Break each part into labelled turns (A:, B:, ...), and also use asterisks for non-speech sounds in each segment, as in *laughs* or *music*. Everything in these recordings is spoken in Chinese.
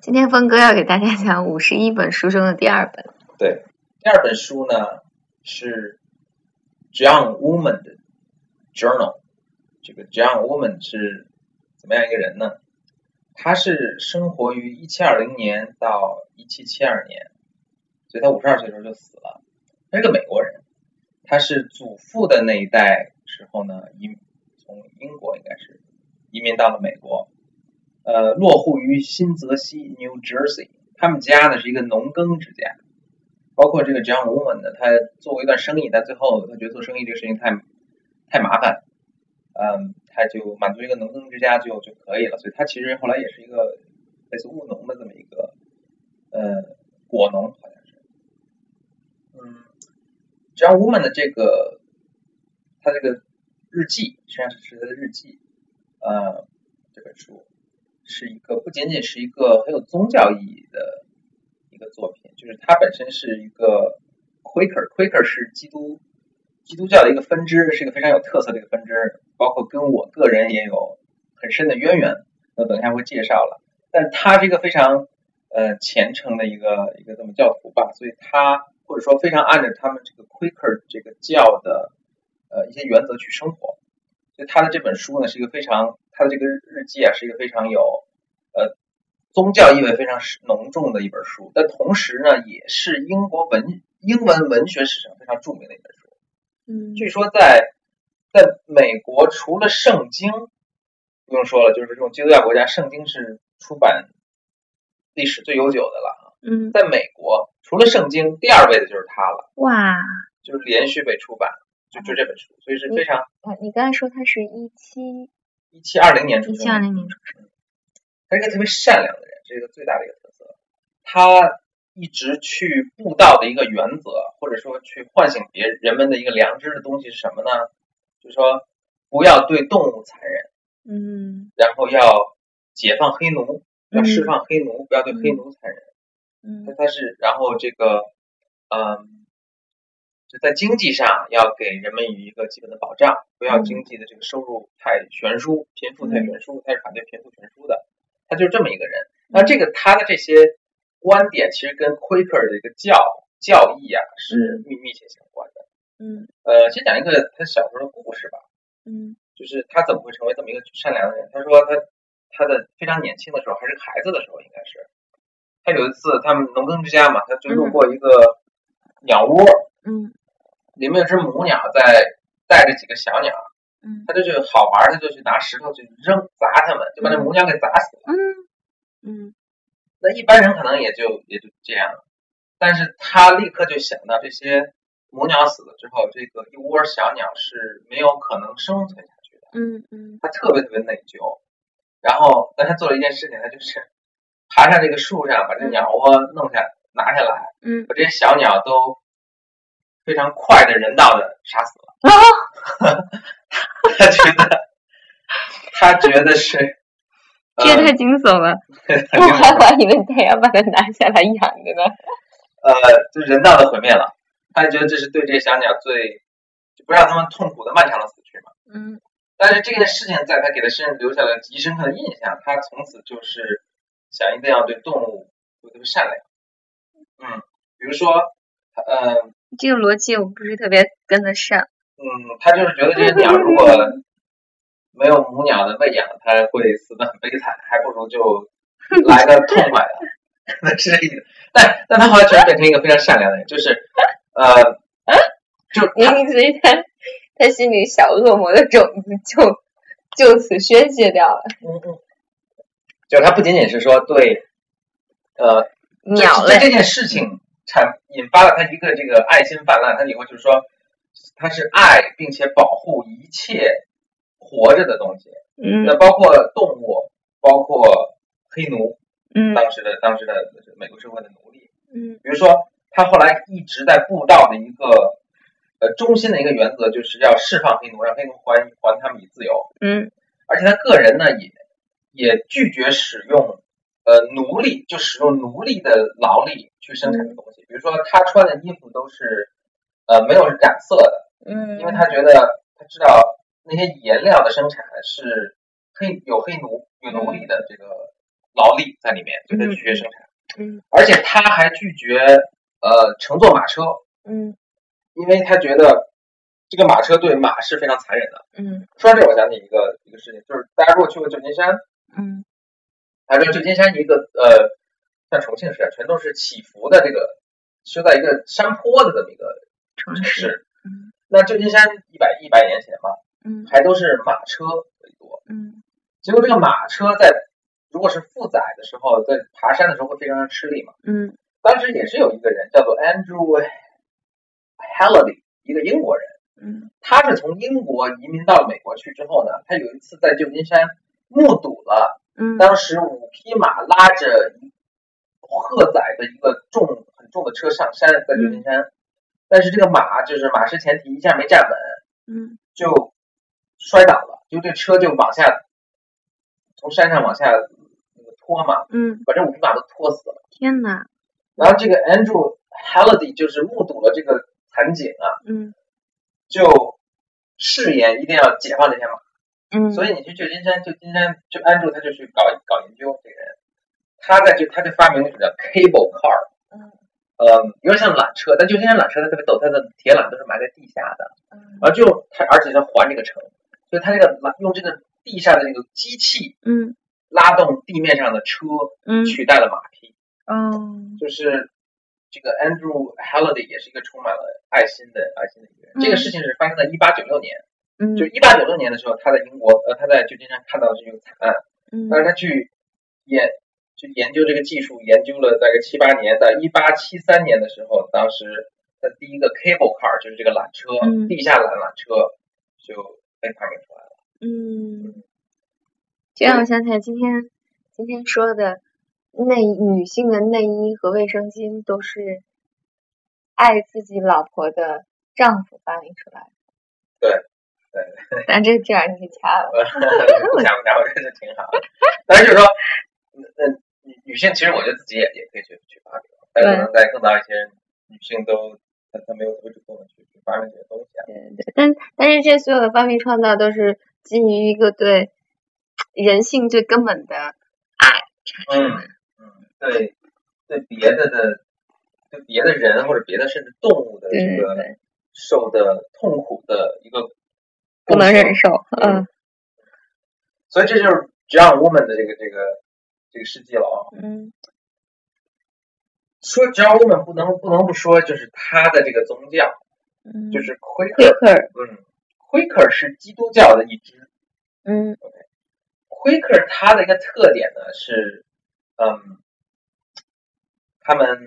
A: 今天峰哥要给大家讲五十一本书中的第二本，
B: 对，第二本书呢是 John Woman 的 Journal。这个 John Woman 是怎么样一个人呢？他是生活于一七二零年到一七七二年，所以他五十二岁的时候就死了。他是个美国人，他是祖父的那一代时候呢，移从英国应该是移民到了美国，呃，落户于新泽西 （New Jersey）。他们家呢是一个农耕之家，包括这个 John Woman 呢，他做过一段生意，但最后他觉得做生意这个事情太太麻烦，嗯，他就满足一个农耕之家就就可以了。所以他其实后来也是一个类似务农的这么一个呃果农，好像是。嗯，John Woman 的这个他这个日记，实际上是他的日记，呃，这本书是一个不仅仅是一个很有宗教意义的一个作品，就是它本身是一个 Quaker，Quaker 是基督基督教的一个分支，是一个非常有特色的一个分支，包括跟我个人也有很深的渊源。那等一下会介绍了，但他是一个非常呃虔诚的一个一个这么教徒吧，所以他或者说非常按照他们这个 Quaker 这个教的呃一些原则去生活。所以他的这本书呢，是一个非常他的这个日记啊，是一个非常有呃宗教意味非常浓重的一本书，但同时呢，也是英国文英文文学史上非常著名的一本书。
A: 嗯
B: 据说在在美国，除了圣经，不用说了，就是这种基督教国家，圣经是出版历史最悠久的了啊。
A: 嗯，
B: 在美国，除了圣经，第二位的就是它了，
A: 哇，
B: 就是连续被出版，就就这本书，所以是非常
A: 啊你刚才说它是一七
B: 一七二零年出
A: 一
B: 生的。
A: 七二零年出
B: 他是一个特别善良的人，这是一个最大的一个特色。他一直去布道的一个原则，或者说去唤醒别人们的一个良知的东西是什么呢？就是说不要对动物残忍，
A: 嗯
B: 然后要解放黑奴，要
A: 嗯
B: 释放黑奴，不要对黑奴残忍。
A: 嗯
B: 那他是，然后这个，嗯，就在经济上要给人们以一个基本的保障，不要经济的这个收入太悬殊，贫富太悬殊，他是反对贫富悬殊的，他就是这么一个人。
A: 啊
B: 那这个他的这些观点，其实跟 Quaker 的一个教教义啊是密密切相关的。
A: 嗯
B: 呃，先讲一个他小时候的故事吧。
A: 嗯
B: 就是他怎么会成为这么一个善良的人？他说他他的非常年轻的时候，还是个孩子的时候，应该是他有一次他们农耕之家嘛，他就路过一个鸟窝，
A: 嗯
B: 里面有只母鸟在带着几个小鸟，
A: 嗯
B: 他就去好玩，他就去拿石头去扔砸它们，就把那母鸟给砸死了。
A: 嗯嗯
B: 那一般人可能也就也就这样了，但是他立刻就想到这些母鸟死了之后，这个一窝小鸟是没有可能生存下去的。
A: 嗯嗯
B: 他特别特别内疚，然后但他做了一件事情，他就是爬上这个树上，把这鸟窝弄下拿下来，
A: 嗯，
B: 把这些小鸟都非常快的人道的杀死
A: 啊
B: 了。 *laughs* 他觉得，他觉得是，
A: *laughs* 这也太惊悚了，*laughs*
B: 呃
A: 我还怀疑他要把它拿下来养着呢。
B: 呃，就人道的毁灭了。他觉得这是对这些小鸟最，就不让他们痛苦的漫长的死去嘛。
A: 嗯
B: 但是这件事情在他给他身上留下了极深刻的印象，他从此就是想一定要对动物有这个善良。嗯，比如说，他呃，
A: 这个逻辑我不是特别跟得 *laughs* 上。
B: 嗯，他就是觉得这些鸟如果没有母鸟的喂养，它会死得很悲惨，还不如就来个痛快的， *laughs* 可能是这个意思。但但他后来居然变成一个非常善良的人，就是呃，就
A: 你
B: 他
A: 所以他他心里小恶魔的种子就就此宣泄掉了，
B: 嗯嗯，就是他不仅仅是说对呃
A: *laughs* 鸟
B: 这
A: 类。
B: 这件事情产引发了他一个这个爱心泛滥，他以后就是说他是爱并且保护一切活着的东西，
A: 嗯
B: 那包括动物，包括黑奴，
A: 嗯
B: 当时的当时的美国社会的奴隶。
A: 嗯
B: 比如说，他后来一直在布道的一个呃中心的一个原则，就是要释放黑奴，让黑奴还还他们以自由。
A: 嗯
B: 而且他个人呢也也拒绝使用呃奴隶，就使用奴隶的劳力去生产的东西。比如说他穿的衣服都是呃没有染色的，
A: 嗯，
B: 因为他觉得他知道那些颜料的生产是黑有黑奴有奴隶的这个劳力在里面，对他拒绝生产，
A: 嗯
B: 而且他还拒绝呃乘坐马车，
A: 嗯
B: 因为他觉得这个马车对马是非常残忍的。
A: 嗯
B: 说到这儿，我想起一个一个事情，就是大家如果去过旧金山，
A: 嗯
B: 还知道旧金山一个呃，像重庆似的，全都是起伏的这个，修在一个山坡的这么一个
A: 城
B: 城
A: 市，
B: 市。
A: 嗯
B: 那旧金山一百一百年前吧，
A: 嗯
B: 还都是马车为多。
A: 嗯
B: 结果这个马车在如果是负载的时候，在爬山的时候会非常吃力嘛。
A: 嗯
B: 当时也是有一个人叫做 Andrew Halliday，一个英国人。
A: 嗯
B: 他是从英国移民到美国去之后呢，他有一次在旧金山目睹了
A: 嗯
B: 当时五匹马拉着荷载的一个重很重的车上山，在旧金山，但是这个马就是马失前蹄，一下没站稳
A: 嗯
B: 就摔倒了，就这车就往下从山上往下拖嘛，
A: 嗯，
B: 把这五匹马都拖死了。
A: 天哪，
B: 然后这个 Andrew Halliday 就是目睹了这个惨景啊，
A: 嗯
B: 就誓言一定要解放这些马。
A: 嗯，
B: 所以你去旧金山，旧金山就安住他就去搞搞研究这个人，他在就他就发明了什么叫 cable car，
A: 嗯
B: 呃，有点像缆车，但旧金山缆车它特别逗，它的铁缆都是埋在地下的，
A: 嗯
B: 然后就它而且它环这个城，所以它这个缆用这个地下的这个机器
A: 嗯
B: 拉动地面上的车，
A: 嗯
B: 取代了马匹，
A: 哦，
B: 就是。这个 Andrew Halliday 也是一个充满了爱心的爱心的一个人。
A: 嗯
B: 这个事情是发生在一八九六年，
A: 嗯
B: 就一八九六年的时候，他在英国，呃，他在旧金山看到的这个惨案，
A: 嗯
B: 但是他去研去研究这个技术，研究了大概七八年，在一八七三年的时候，当时他第一个 cable car 就是这个缆车，
A: 嗯
B: 地下缆缆车就被发明出来了。
A: 嗯，这让我想起来今天今天说的内女性的内衣和卫生巾都是爱自己老婆的丈夫发明出来的。
B: 对 *laughs*
A: 对，但这这样你掐了。
B: 不想不想，我觉得挺好的。但是就是说，那女女性其实我觉得自己也也可以去去发明，但可能在更早以前，女性都她她没有特别主动的去去发明这些东西啊。
A: 对对，但但是这所有的发明创造都是基于一个对人性最根本的爱产生的。
B: 嗯，对对别的的。对别的人或者别的甚至动物的
A: 对
B: 这
A: 对
B: 个
A: 对，
B: 受的痛苦的一个
A: 不能忍
B: 受，
A: 受。嗯
B: 嗯所以这就是 John Woman 的这个这个这个事迹了啊。
A: 嗯
B: 说 John Woman 不能不能不说，就是他的这个宗教
A: 嗯，
B: 就是 Quaker，
A: Quaker，
B: 嗯，Quaker 是基督教的一支
A: 嗯
B: ，Quaker 它的一个特点呢是，嗯，他们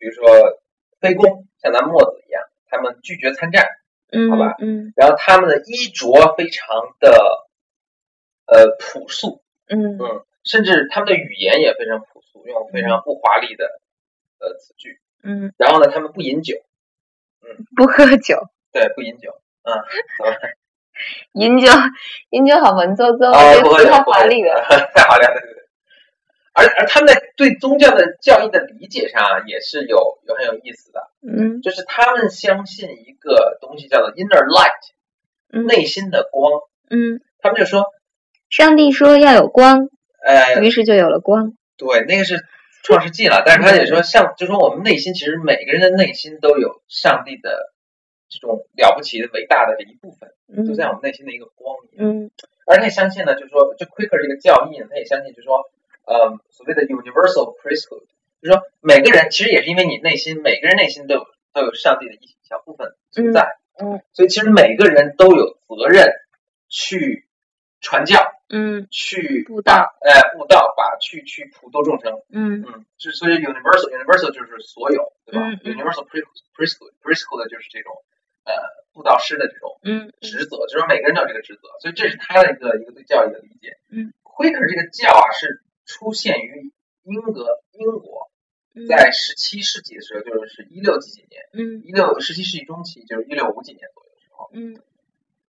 B: 比如说非公像咱墨子一样，他们拒绝参战。
A: 嗯，
B: 好吧
A: 嗯
B: 然后他们的衣着非常的呃朴素，
A: 嗯
B: 嗯，甚至他们的语言也非常朴素，用非常不华丽的呃词句。
A: 嗯。
B: 然后呢，他们不饮酒，
A: *laughs* 不喝酒，
B: 对，不饮酒， *laughs* 嗯，怎么了
A: 饮酒 *laughs* 饮酒好文绉绉，
B: 哦，
A: 这
B: 不喝
A: 不
B: 酒，
A: 太
B: 不
A: 华
B: 喝酒
A: 丽
B: *laughs*
A: 的。，
B: 太华丽了，对对对。而而他们在对宗教的教义的理解上啊，也是有有很有意思的，
A: 嗯
B: 就是他们相信一个东西叫做 inner light，
A: 嗯
B: 内心的光。
A: 嗯，
B: 他们就说，
A: 上帝说要有光，
B: 呃，
A: 于是就有了光。
B: 对，那个是创世纪了，但是他也说上，就说我们内心其实每个人的内心都有上帝的这种了不起的、伟大的这一部分，
A: 嗯
B: 就在我们内心的一个光一样。
A: 嗯
B: 而他也相信呢，就是说，这 Quaker 这个教义呢，他也相信，就是说，呃，所谓的 universal priesthood，就是说每个人其实也是因为你内心，每个人内心都有都有上帝的一小部分存在，
A: 嗯嗯
B: 所以其实每个人都有责任去传教，
A: 嗯
B: 去
A: 布道
B: 把，哎、布道，把去去普度众生。
A: 嗯
B: 嗯，之所以 universal universal 就是所有，对吧、
A: 嗯嗯
B: u n i v e r s a l priesthood priesthood 就是这种呃布道师的这种
A: 嗯
B: 职责，就是每个人都有这个职责，所以这是他的一个一个对教育的理解。
A: 嗯
B: ，Quaker 这个教啊是出现于英格英国，
A: 嗯
B: 在十七世纪的时候，就是一六几几年，
A: 嗯
B: 一六十七世纪中期，就是一六五几年左右的时候，
A: 嗯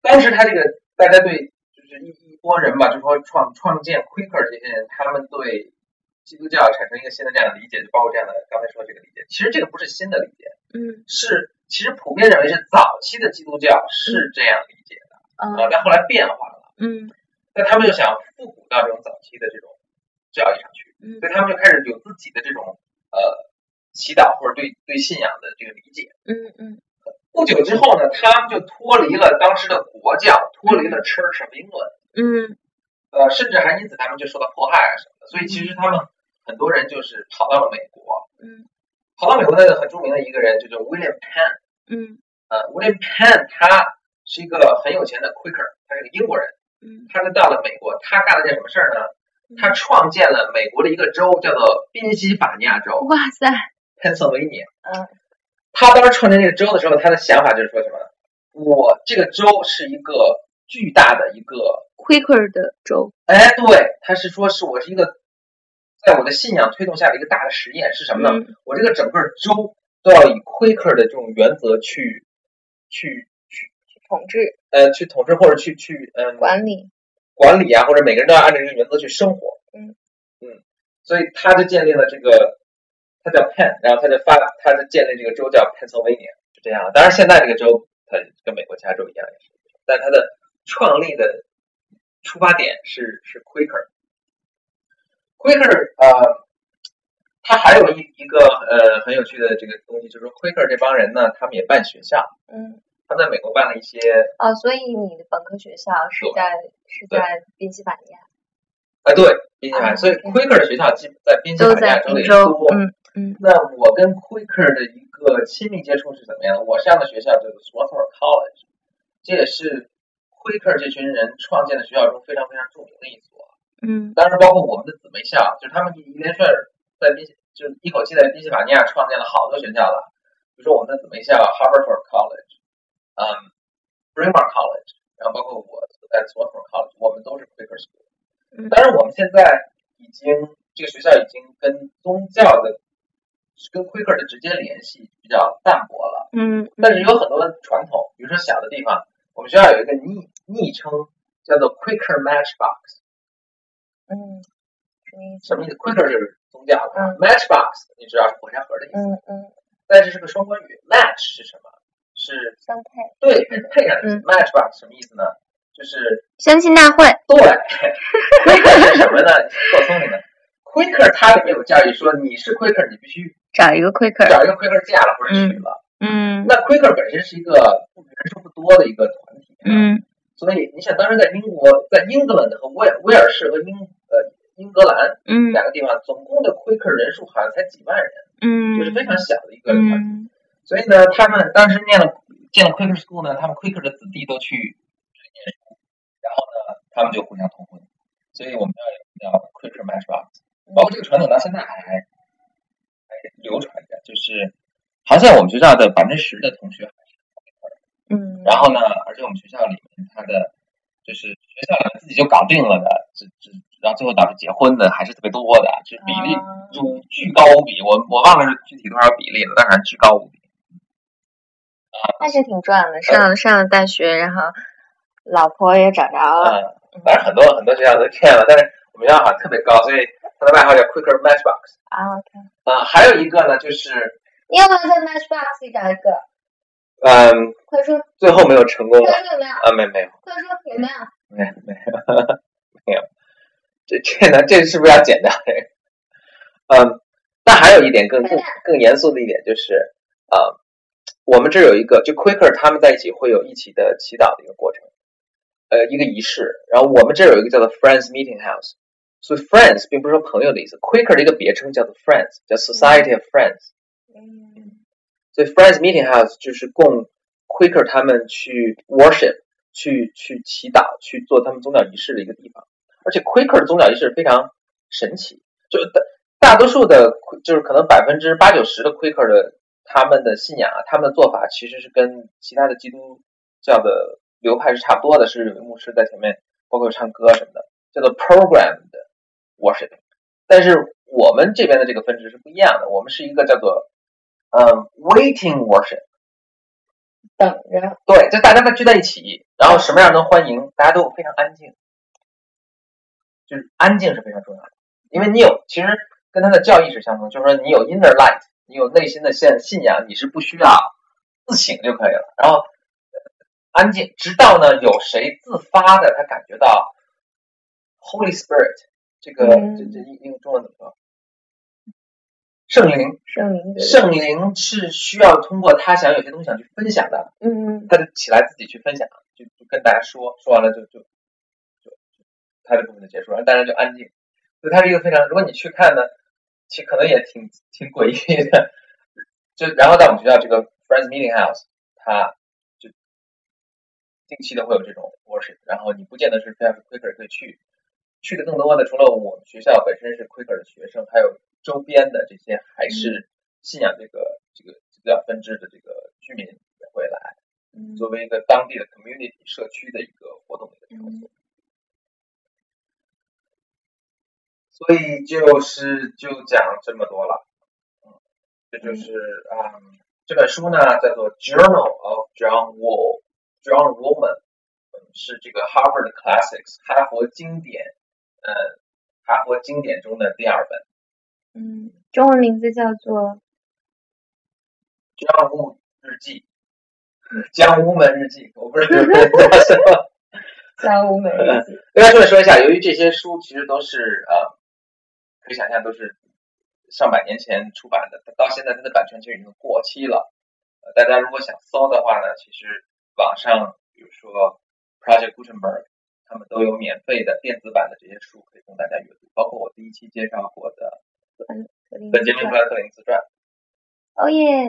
B: 当时他这个大家对就是一一波人吧，就说创创建 Quaker 这些人，他们对基督教产生一个新的这样的理解，就包括这样的刚才说的这个理解。其实这个不是新的理解，
A: 嗯
B: 是其实普遍认为是早期的基督教
A: 嗯
B: 是这样理解的啊，
A: 啊
B: 但后来变化了。
A: 嗯
B: 那他们就想复古到这种早期的这种教义上去，
A: 嗯
B: 所以他们就开始有自己的这种呃祈祷或者对对信仰的这个理解。
A: 嗯嗯
B: 不久之后呢，他们就脱离了当时的国教，脱离了 Church of England，
A: 嗯
B: 呃，甚至还因此他们就受到迫害啊什么的。所以其实他们很多人就是跑到了美国，
A: 嗯
B: 跑到美国的很著名的一个人就叫 William Penn，
A: 嗯
B: 呃，William Penn 他是一个很有钱的 Quaker，他是个英国人，
A: 嗯，
B: 他就到了美国，他干了件什么事儿呢？
A: 嗯
B: 他创建了美国的一个州，叫做宾夕法尼亚州
A: 哇塞，
B: （Pennsylvania）。
A: 嗯
B: 他当时创建这个州的时候，他的想法就是说什么呢？我这个州是一个巨大的一个，
A: ，Quaker 的州，
B: 哎，对，他是说是我是一个，在我的信仰推动下的一个大的实验是什么呢？
A: 嗯
B: 我这个整个州都要以 Quaker 的这种原则去去
A: 统治
B: 呃去统治或者去去嗯、
A: 管理，
B: 管理啊，或者每个人都要按照这个原则去生活。
A: 嗯
B: 嗯，所以他就建立了这个，他叫 Penn，然后他就发，他就建立这个州叫 Pennsylvania，就这样。当然，现在这个州它跟美国其他州一样，也是，但它的创立的出发点是是 Quaker。Quaker 呃，他还有一一个呃很有趣的这个东西，就是说 Quaker 这帮人呢，他们也办学校，
A: 嗯
B: 他们在美国办了一些
A: 哦，所以你的本科学校是
B: 对
A: 在是
B: 对
A: 在宾夕法尼亚，
B: 啊，对，宾夕法尼亚，
A: 啊
B: 所以
A: OK
B: Quaker 的学校基本在宾夕
A: 都
B: 法尼亚
A: 在
B: 州
A: 宾
B: 也
A: 州
B: 多，。
A: 嗯
B: 那我跟 Quaker 的一个亲密接触是怎么样的？我上的学校叫做 Swarthmore College，这也是 Quaker 这群人创建的学校中非常非常著名的一所。
A: 嗯
B: 当然，包括我们的姊妹校，就是他们一连串在宾夕，就是一口气在宾夕法尼亚创建了好多学校了，比如说我们的姊妹校 Harvard College，嗯，Braemar College，然后包括我在 Swarthmore College，我们都是 Quaker School。
A: 嗯
B: 当然，我们现在已经这个学校已经跟宗教的跟 Quaker 的直接联系比较淡薄了，
A: 嗯，嗯
B: 但是有很多传统，比如说小的地方，我们学校有一个昵昵称叫做 Quaker Matchbox。
A: 嗯，什么意思？
B: 什么意思？Quaker 就是宗教的、
A: 嗯
B: m a t c h b o x 你知道是火柴盒的意思，
A: 嗯嗯，
B: 但是是个双关语。Match 是什么？是
A: 相配，
B: 对配上的意思、
A: 嗯
B: Matchbox 什么意思呢？就是
A: 相亲 *laughs* 大会，
B: 对 Quaker 是什么
A: *laughs*
B: 呢？够聪明的。Quaker 它里面有教育说，你是 Quaker，你必须
A: 找一个 Quaker，
B: 找一个 Quaker 嫁了或者娶了。
A: 嗯
B: 那 Quaker 本身是一个人数不多的一个团体，，啊
A: 嗯
B: 所以你想，当时在英国，在英格兰和威尔威尔士和英呃英格兰
A: 嗯
B: 两个地方，总共的 Quaker 人数好像才几万人。
A: 嗯，
B: 就是非常小的一个团体。
A: 嗯
B: 所以呢，他们当时念了建了 Quaker School 呢，他们 Quaker 的子弟都去念书，然后呢，他们就互相通婚。所以我们叫叫 Quaker Matchbox，
A: 嗯
B: 包括这个传统到现在还还流传着，就是好像我们学校的百分之十的同学，
A: 嗯，
B: 然后呢，而且我们学校里面他的就是学校里面自己就搞定了的，这这然后最后导致结婚的还是特别多的，就是比例
A: 啊
B: 就巨高无比，我我忘了是具体多少比例了，但是巨高无比。
A: 那是挺赚的，
B: 呃
A: 上上了大学，然后老婆也找着了，
B: 嗯，反正很多很多学校都这样了，但是我们学校好像特别高，所以它的外号叫 Quicker Matchbox。
A: 啊，OK，
B: 啊、还有一个呢，就是
A: 你要不要在 Matchbox 里找一个？
B: 嗯，
A: 快说，
B: 最后没有成功
A: 快
B: 了
A: 说有没有？
B: 啊，没没有
A: 快说有没有？
B: 没有没有没有，这这呢，这是不是要剪掉这个？嗯，但还有一点更更更严肃的一点就是，呃，我们这儿有一个，就 Quicker 他们在一起会有一起的祈祷的一个过程，呃，一个仪式。然后我们这儿有一个叫做 Friends Meeting House，所以 Friends 并不是说朋友的意思，Quicker 的一个别称叫做 Friends，叫 Society of Friends。
A: 嗯
B: 所以 Friends Meeting House 就是供 Quaker 他们去 worship、去去祈祷、去做他们宗教仪式的一个地方。而且 Quaker 的宗教仪式非常神奇，就是大大多数的，就是可能百分之八九十的 Quaker 的他们的信仰啊，他们的做法其实是跟其他的基督教的流派是差不多的，是有牧师在前面，包括有唱歌什么的，叫做 programmed worship。但是我们这边的这个分支是不一样的，我们是一个叫做嗯 waiting worship。
A: 等着，
B: 对，就大家都聚在一起，然后什么样都欢迎，大家都非常安静，就是安静是非常重要的，因为你有其实跟他的教义是相同，就是说你有 inner light，你有内心的信信仰，你是不需要自省就可以了，然后呃安静，直到呢有谁自发的他感觉到 Holy Spirit 这个
A: 嗯
B: 这这用中文怎么说？圣灵，
A: 圣灵的，
B: 圣灵是需要通过他想有些东西想去分享的，
A: 嗯
B: 他就起来自己去分享，就就跟大家说，说完了就就就就他的部分就结束了，大家就安静。所以它是一个非常，如果你去看呢，其实可能也挺挺诡异的。就然后在我们学校这个 Friends Meeting House，它就定期的会有这种 worship，然后你不见得是非要是 Quaker 可以去，去的更多的除了我们学校本身是 Quaker 的学生，还有周边的这些还是信仰这个这个基督教分支的这个居民也会来。
A: 嗯
B: 作为一个当地的 community 社区的一个活动的一个场所。所以就是就讲这么多了，嗯，这就是啊、嗯这本书呢叫做《Journal of John Wall》，John Woolman 嗯是这个 Harvard Classics 哈佛经典，呃，哈佛经典中的第二本。
A: 嗯，中文名字叫做
B: 江户日记，嗯江湖门日记，我不知道这个叫什么。
A: 《小五美人计》。
B: 跟大家顺便说一下，由于这些书其实都是呃，可以想象都是上百年前出版的，到现在它的版权其实已经过期了。呃大家如果想搜的话呢，其实网上比如说 Project Gutenberg，他们都有免费的电子版的这些书可以供大家阅读，包括我第一期介绍过的
A: 格林嗯
B: 《本杰明·
A: 传
B: 富兰克林自传》。
A: 哦耶！